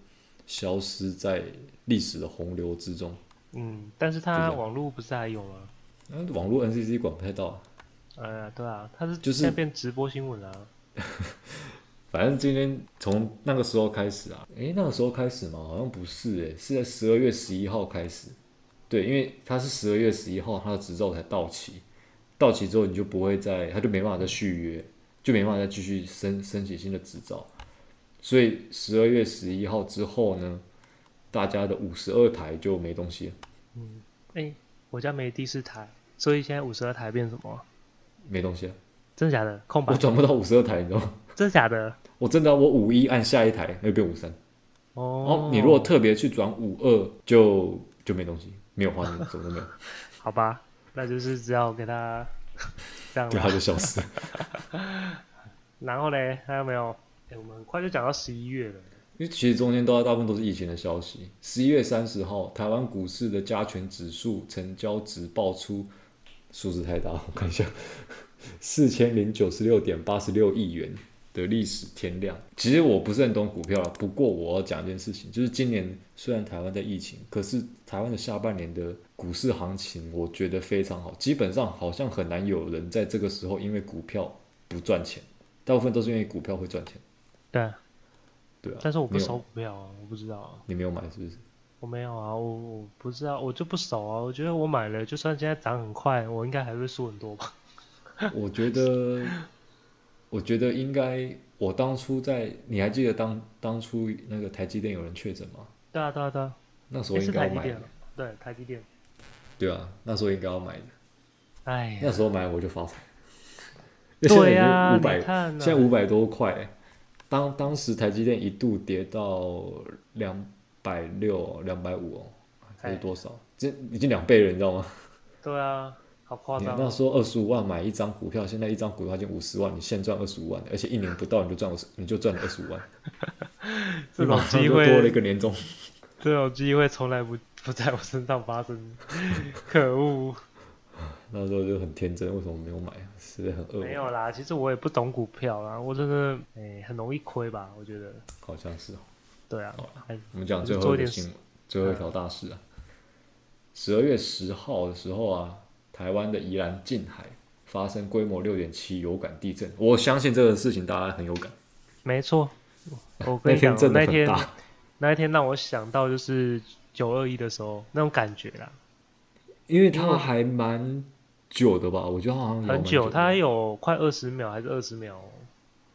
[SPEAKER 3] 消失在历史的洪流之中。
[SPEAKER 1] 嗯，但是
[SPEAKER 3] 就这
[SPEAKER 1] 他
[SPEAKER 3] 样
[SPEAKER 1] 网络不是还有吗？
[SPEAKER 3] 嗯，网络 NCC 管不太到啊，
[SPEAKER 1] 哎呀，对啊，他是
[SPEAKER 3] 就是
[SPEAKER 1] 现在变直播新闻啊。
[SPEAKER 3] 反正今天从那个时候开始啊，诶，那个时候开始吗？好像不是、诶，是在十二月十一号开始。对，因为他是十二月十一号，他的执照才到期，到期之后你就不会再，他就没办法再续约，就没办法再继续申申请新的执照，所以十二月十一号之后呢，大家的五十二台就没东西了，
[SPEAKER 1] 哎，我家没第四台，所以现在五十二台变什么？
[SPEAKER 3] 没东西了，
[SPEAKER 1] 真的假的？空
[SPEAKER 3] 我
[SPEAKER 1] 白？
[SPEAKER 3] 转不到五十二台，你知道吗？
[SPEAKER 1] 真的假的？
[SPEAKER 3] 我真的啊、我五一按下一台，那就变五三。然
[SPEAKER 1] 哦
[SPEAKER 3] 后，你如果特别去转五二，就就没东西，没有画面，什么都没有，
[SPEAKER 1] 好吧，那就是只要给他 这样
[SPEAKER 3] 对，它
[SPEAKER 1] 了。
[SPEAKER 3] 就消失了。
[SPEAKER 1] 然后嘞，还有没有？哎，我们很快就讲到十一月了。
[SPEAKER 3] 因为其实中间都大部分都是疫情的消息。十一月三十号，台湾股市的加权指数成交值爆出，数字太大，我看一下， 四千零九十六点八十六亿元的历史天量。其实我不是很懂股票啦，不过我要讲一件事情，就是今年虽然台湾在疫情，可是台湾的下半年的股市行情，我觉得非常好，基本上好像很难有人在这个时候因为股票不赚钱，大部分都是因为股票会赚钱，
[SPEAKER 1] 对，
[SPEAKER 3] 对啊。
[SPEAKER 1] 但是我不
[SPEAKER 3] 没有
[SPEAKER 1] 熟股票啊，我不知道啊，
[SPEAKER 3] 你没有买是不是？
[SPEAKER 1] 我没有啊，我我不知道，我就不熟啊。我觉得我买了，就算现在涨很快，我应该还会输很多吧。
[SPEAKER 3] 我觉得， 我觉得应该，我当初在，你还记得当当初那个台积电有人确诊吗？
[SPEAKER 1] 对啊，对啊，对啊，
[SPEAKER 3] 那时候
[SPEAKER 1] 诶
[SPEAKER 3] 应
[SPEAKER 1] 是
[SPEAKER 3] 该
[SPEAKER 1] 台
[SPEAKER 3] 要
[SPEAKER 1] 积
[SPEAKER 3] 买
[SPEAKER 1] 电
[SPEAKER 3] 的
[SPEAKER 1] 啊，，对，台积电。
[SPEAKER 3] 对啊，那时候应该要买的，
[SPEAKER 1] 哎呀，
[SPEAKER 3] 那时候买我就发财。
[SPEAKER 1] 对呀，
[SPEAKER 3] 五百
[SPEAKER 1] 你，看啊，
[SPEAKER 3] 现在五百多块欸、当当时台积电一度跌到两百六、两百五哦，还是
[SPEAKER 1] 哎
[SPEAKER 3] 多少？这已经两倍了，你知道吗？
[SPEAKER 1] 对啊，好夸
[SPEAKER 3] 你
[SPEAKER 1] 张
[SPEAKER 3] 那
[SPEAKER 1] 哦。
[SPEAKER 3] 时候二十五万买一张股票，现在一张股票已经五十万，你现赚二十五万，而且一年不到你就赚五十，你就赚了二十五万，
[SPEAKER 1] 这
[SPEAKER 3] 你马
[SPEAKER 1] 种
[SPEAKER 3] 上
[SPEAKER 1] 机
[SPEAKER 3] 就多了一
[SPEAKER 1] 会，
[SPEAKER 3] 个年终。
[SPEAKER 1] 这种机会从来不不在我身上发生， 可恶。
[SPEAKER 3] 那时候就很天真，为什么没有买？啊实在很
[SPEAKER 1] 没
[SPEAKER 3] 饿
[SPEAKER 1] 有
[SPEAKER 3] 我，
[SPEAKER 1] 啦，其实我也不懂股票啦，我真的哎、很容易亏吧，我觉得。
[SPEAKER 3] 好像是哦。
[SPEAKER 1] 对啊，还
[SPEAKER 3] 我们讲
[SPEAKER 1] 我
[SPEAKER 3] 最
[SPEAKER 1] 啊就做
[SPEAKER 3] 后一个
[SPEAKER 1] 点
[SPEAKER 3] 新闻，最
[SPEAKER 1] 嗯
[SPEAKER 3] 后一条大事啊，十二月十号的时候啊，台湾的宜兰近海发生规模六点七有感地震，我相信这个事情大家很有感。
[SPEAKER 1] 没错。我
[SPEAKER 3] 那
[SPEAKER 1] 跟你讲哦
[SPEAKER 3] 天，震的
[SPEAKER 1] 那
[SPEAKER 3] 很
[SPEAKER 1] 天
[SPEAKER 3] 大，
[SPEAKER 1] 那一天让我想到就是九二一的时候那种感觉啦，
[SPEAKER 3] 因为它还蛮久的吧？我觉得它好像有蛮
[SPEAKER 1] 很久，
[SPEAKER 3] 的
[SPEAKER 1] 它有快二十秒还是二十秒哦，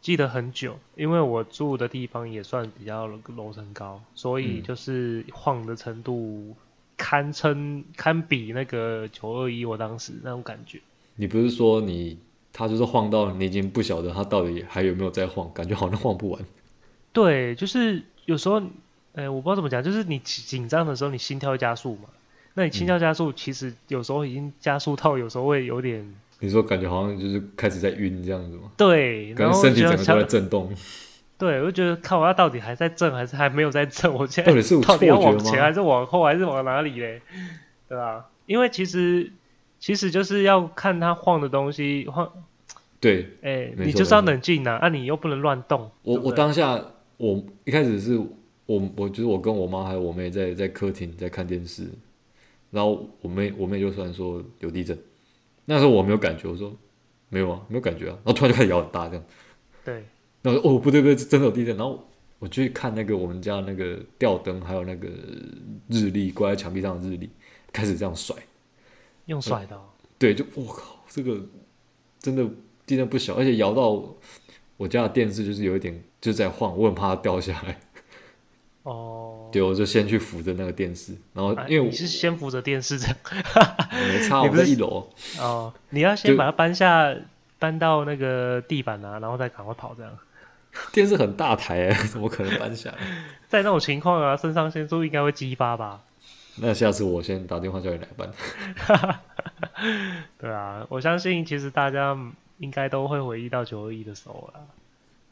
[SPEAKER 1] 记得很久，因为我住的地方也算比较楼层高，所以
[SPEAKER 3] 嗯
[SPEAKER 1] 就是晃的程度堪称堪比那个九二一，我当时那种感觉。
[SPEAKER 3] 你不是说你它就是晃到你已经不晓得它到底还有没有在晃，感觉好像晃不完。
[SPEAKER 1] 对，就是有时候，呃，我不知道怎么讲，就是你紧紧张的时候，你心跳会加速嘛。那你心
[SPEAKER 3] 嗯
[SPEAKER 1] 跳加速，其实有时候已经加速到有时候会有点
[SPEAKER 3] 你说感觉好像就是开始在晕这样子吗？
[SPEAKER 1] 对，
[SPEAKER 3] 感
[SPEAKER 1] 然
[SPEAKER 3] 觉
[SPEAKER 1] 后
[SPEAKER 3] 身体
[SPEAKER 1] 就
[SPEAKER 3] 整
[SPEAKER 1] 要
[SPEAKER 3] 个都在
[SPEAKER 1] 想，
[SPEAKER 3] 震动，
[SPEAKER 1] 对，我就觉得看我要到底还在震还是还没有在震，我现
[SPEAKER 3] 到
[SPEAKER 1] 在
[SPEAKER 3] 底是有
[SPEAKER 1] 到
[SPEAKER 3] 错
[SPEAKER 1] 底要往
[SPEAKER 3] 觉
[SPEAKER 1] 前
[SPEAKER 3] 吗
[SPEAKER 1] 还？是往后还是往哪里嘞？对吧、因为其实其实就是要看它晃的东西晃，
[SPEAKER 3] 对
[SPEAKER 1] 哎，
[SPEAKER 3] 没
[SPEAKER 1] 你
[SPEAKER 3] 错
[SPEAKER 1] 就是要
[SPEAKER 3] 没错
[SPEAKER 1] 冷静呐、啊，你又不能乱动。
[SPEAKER 3] 我，
[SPEAKER 1] 对不
[SPEAKER 3] 我
[SPEAKER 1] 对
[SPEAKER 3] 当下我一开始是我我就是我跟我妈还有我妹在在客厅在看电视，然后我妹我妹就突然说有地震，那时候我没有感觉，我说没有啊，没有感觉啊，然后突然就开始摇很大这样。
[SPEAKER 1] 对
[SPEAKER 3] 然后我说哦不对不对，这真的有地震。然后我去看那个我们家那个吊灯，还有那个日历挂在墙壁上的日历，开始这样甩。
[SPEAKER 1] 用甩的、哦，
[SPEAKER 3] 对，就我靠，这个真的地震不小，而且摇到我家的电视就是有一点就在晃，我很怕它 掉下来。
[SPEAKER 1] 哦，
[SPEAKER 3] 对，我就先去扶着那个电视，然后
[SPEAKER 1] 啊
[SPEAKER 3] 因为
[SPEAKER 1] 你是先扶着电视这样。
[SPEAKER 3] 我没差，
[SPEAKER 1] 你
[SPEAKER 3] 我
[SPEAKER 1] 不
[SPEAKER 3] 在
[SPEAKER 1] 是
[SPEAKER 3] 一楼。
[SPEAKER 1] 哦，你要
[SPEAKER 3] 就
[SPEAKER 1] 先把它搬下，搬到那个地板啊，然后再赶快跑这样。
[SPEAKER 3] 电视很大台、欸，怎么可能搬下来？
[SPEAKER 1] 在那种情况啊，肾上腺素应该会激发吧？
[SPEAKER 3] 那下次我先打电话叫你来搬。
[SPEAKER 1] 对啊，我相信其实大家应该都会回忆到九二一的时候啊啦。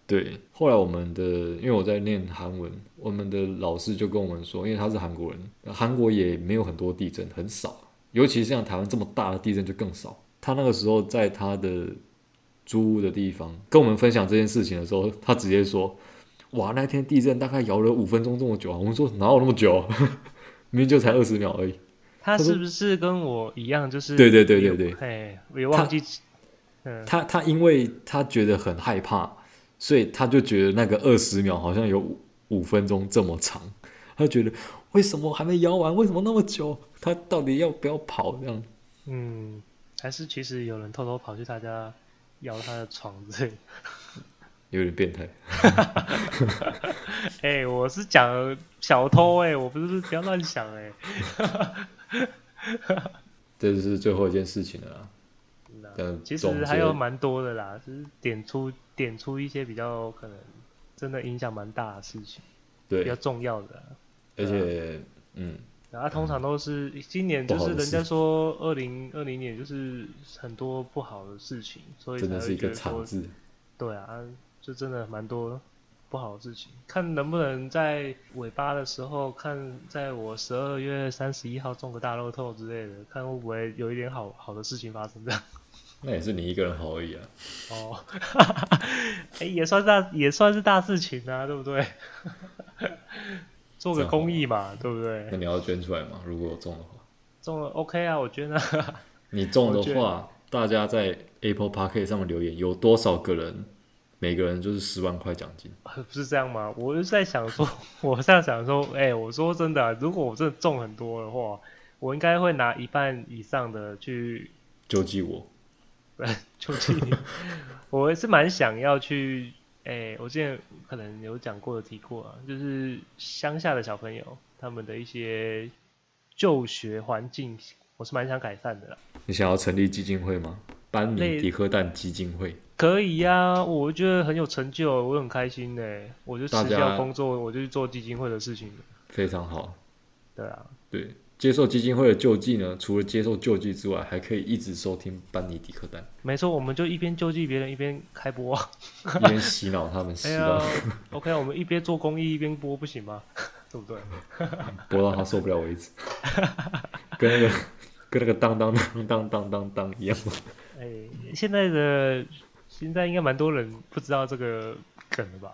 [SPEAKER 3] 对，后来我们的，因为我在念韩文，我们的老师就跟我们说，因为他是韩国人，韩国也没有很多地震，很少，尤其像台湾这么大的地震就更少。他那个时候在他的租屋的地方跟我们分享这件事情的时候，他直接说：“哇，那天地震大概摇了五分钟这么久啊！”我们说哪有那么久、啊？ 明明就才二十秒而已。
[SPEAKER 1] 他
[SPEAKER 3] 他说
[SPEAKER 1] 是不是跟我一样，就是
[SPEAKER 3] 对对对对对，
[SPEAKER 1] 哎，也忘记，嗯，
[SPEAKER 3] 他他因为他觉得很害怕，所以他就觉得那个二十秒好像有五五分钟这么长，他就觉得为什么还没摇完？为什么那么久？他到底要不要跑？这样
[SPEAKER 1] 嗯，还是其实有人偷偷跑去他家摇他的床之类的。
[SPEAKER 3] 有点变态。
[SPEAKER 1] 哎、我是讲小偷哎、我不是不要乱想哎、
[SPEAKER 3] 这就是最后一件事情了啦。
[SPEAKER 1] 那
[SPEAKER 3] 但
[SPEAKER 1] 其
[SPEAKER 3] 总
[SPEAKER 1] 实还
[SPEAKER 3] 结
[SPEAKER 1] 有蛮多的啦，只是点出点出一些比较可能真的影响蛮大的事情，比
[SPEAKER 3] 对
[SPEAKER 1] 较，重要的啊、
[SPEAKER 3] 而
[SPEAKER 1] 啊
[SPEAKER 3] 且嗯，
[SPEAKER 1] 然后通常都是今年，就
[SPEAKER 3] 不好
[SPEAKER 1] 是
[SPEAKER 3] 的
[SPEAKER 1] 人
[SPEAKER 3] 事
[SPEAKER 1] 家说二零二零年就是很多不好的事情，所以
[SPEAKER 3] 真的
[SPEAKER 1] 才
[SPEAKER 3] 是一
[SPEAKER 1] 会觉得
[SPEAKER 3] 个惨
[SPEAKER 1] 说，
[SPEAKER 3] 字。
[SPEAKER 1] 对啊，就真的蛮多不好的事情。看能不能在尾巴的时候，看在我十二月三十一号中个大乐透之类的，看会不会有一点好好的事情发生这样。
[SPEAKER 3] 那也是你一个人好而已啊。
[SPEAKER 1] 哦， 哎、也算是大也算是大事情啊，对不对？ 做个
[SPEAKER 3] 这样啊好
[SPEAKER 1] 公益嘛，对不对
[SPEAKER 3] 那？你要捐出来吗？如果我中的话，
[SPEAKER 1] 中了 OK 啊，我觉得。
[SPEAKER 3] 你中
[SPEAKER 1] 我觉
[SPEAKER 3] 的
[SPEAKER 1] 得
[SPEAKER 3] 话，大家在 Apple Park 上面留言，有多少个人？每个人就是十万块奖金。
[SPEAKER 1] 呃不是这样吗？我是在想说， 我是在想说，哎、我说真的啊、如果我真的中很多的话，我应该会拿一半以上的去
[SPEAKER 3] 救济我，
[SPEAKER 1] 出去。我是蛮想要去，哎、我之前可能有讲过、有提过啊，就是乡下的小朋友他们的一些就学环境，我是蛮想改善的啦。
[SPEAKER 3] 你想要成立基金会吗？班尼
[SPEAKER 1] 类
[SPEAKER 3] 迪克蛋基金会，
[SPEAKER 1] 可以呀、我觉得很有成就，我很开心呢、我就
[SPEAKER 3] 大
[SPEAKER 1] 辞
[SPEAKER 3] 家
[SPEAKER 1] 掉工作，我就去做基金会的事情了。
[SPEAKER 3] 非常好。
[SPEAKER 1] 对啊，
[SPEAKER 3] 对，接受基金会的救济呢，除了接受救济之外，还可以一直收听班尼迪克蛋，
[SPEAKER 1] 没错，我们就一边救济别人，一边开播。啊
[SPEAKER 3] 一边洗脑他们，洗
[SPEAKER 1] 哎呀
[SPEAKER 3] 到
[SPEAKER 1] ，OK，我们一边做公益一边播，不行吗？ 对不对？
[SPEAKER 3] 播到他受不了为止，跟那个跟那个当当当当当当当一样。
[SPEAKER 1] 哎、现在的现在应该蛮多人不知道这个梗的 吧？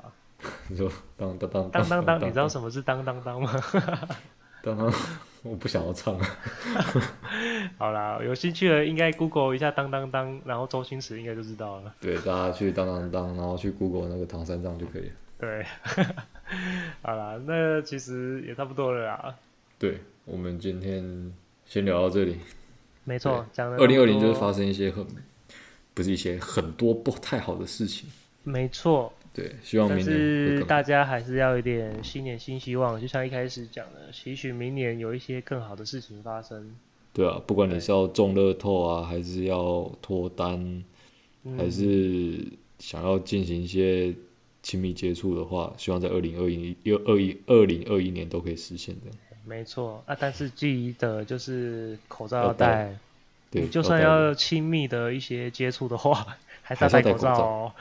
[SPEAKER 3] 你说当当当
[SPEAKER 1] 当当当，你知道
[SPEAKER 3] 么？
[SPEAKER 1] 什么是当当当吗？
[SPEAKER 3] 当当，我不想要唱啊。
[SPEAKER 1] 好啦，有兴趣的应该 Google 一下当当当，然后周星驰应该就知道了。
[SPEAKER 3] 对，大家去当当当，然后去 Google 那个唐三藏就可以了。
[SPEAKER 1] 对， 好啦，那其实也差不多了啦。
[SPEAKER 3] 对，我们今天先聊到这里。
[SPEAKER 1] 没错，讲的
[SPEAKER 3] 二零二零就是发生一些很不是一些很多不太好的事情。
[SPEAKER 1] 没错，
[SPEAKER 3] 对，希望
[SPEAKER 1] 但
[SPEAKER 3] 明年会
[SPEAKER 1] 是
[SPEAKER 3] 更好
[SPEAKER 1] 大家还是要有一点新年新希望，就像一开始讲的，期许明年有一些更好的事情发生。
[SPEAKER 3] 对啊，不管你是要中乐透啊，还是要脱单，
[SPEAKER 1] 嗯、
[SPEAKER 3] 还是想要进行一些亲密接触的话，希望在二零二一、二一、二零二一年都可以实现的。
[SPEAKER 1] 没错啊，但是记得就是口罩
[SPEAKER 3] 要
[SPEAKER 1] 要
[SPEAKER 3] 戴
[SPEAKER 1] 戴，
[SPEAKER 3] 对，
[SPEAKER 1] 你就算
[SPEAKER 3] 拜拜
[SPEAKER 1] 要亲密的一些接触的话，还是
[SPEAKER 3] 还
[SPEAKER 1] 要
[SPEAKER 3] 是
[SPEAKER 1] 戴
[SPEAKER 3] 要戴
[SPEAKER 1] 口罩哦。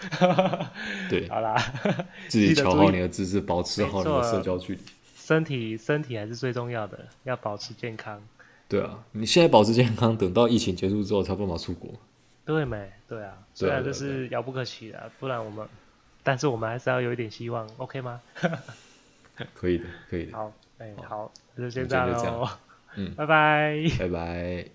[SPEAKER 3] 对
[SPEAKER 1] 好啦，
[SPEAKER 3] 自
[SPEAKER 1] 啊记
[SPEAKER 3] 己
[SPEAKER 1] 得
[SPEAKER 3] 调
[SPEAKER 1] 注
[SPEAKER 3] 好
[SPEAKER 1] 意
[SPEAKER 3] 你的姿势，保持
[SPEAKER 1] 没
[SPEAKER 3] 好你
[SPEAKER 1] 错
[SPEAKER 3] 的
[SPEAKER 1] 啊
[SPEAKER 3] 社交距离。
[SPEAKER 1] 身体身体还是最重要的，要保持健康。
[SPEAKER 3] 对啊，你现在保持健康，等到疫情结束之后才有办法出国。
[SPEAKER 1] 对没？对啊，虽然
[SPEAKER 3] 对
[SPEAKER 1] 这
[SPEAKER 3] 啊对
[SPEAKER 1] 是遥不可及的啊，不然我们，但是我们还是要有一点希望，OK 吗？
[SPEAKER 3] 可以的，可以的，
[SPEAKER 1] 好，哎，
[SPEAKER 3] 好
[SPEAKER 1] 好，那就先
[SPEAKER 3] 那
[SPEAKER 1] 这样
[SPEAKER 3] 就这样
[SPEAKER 1] 喽，
[SPEAKER 3] 嗯
[SPEAKER 1] 拜拜。
[SPEAKER 3] 拜拜。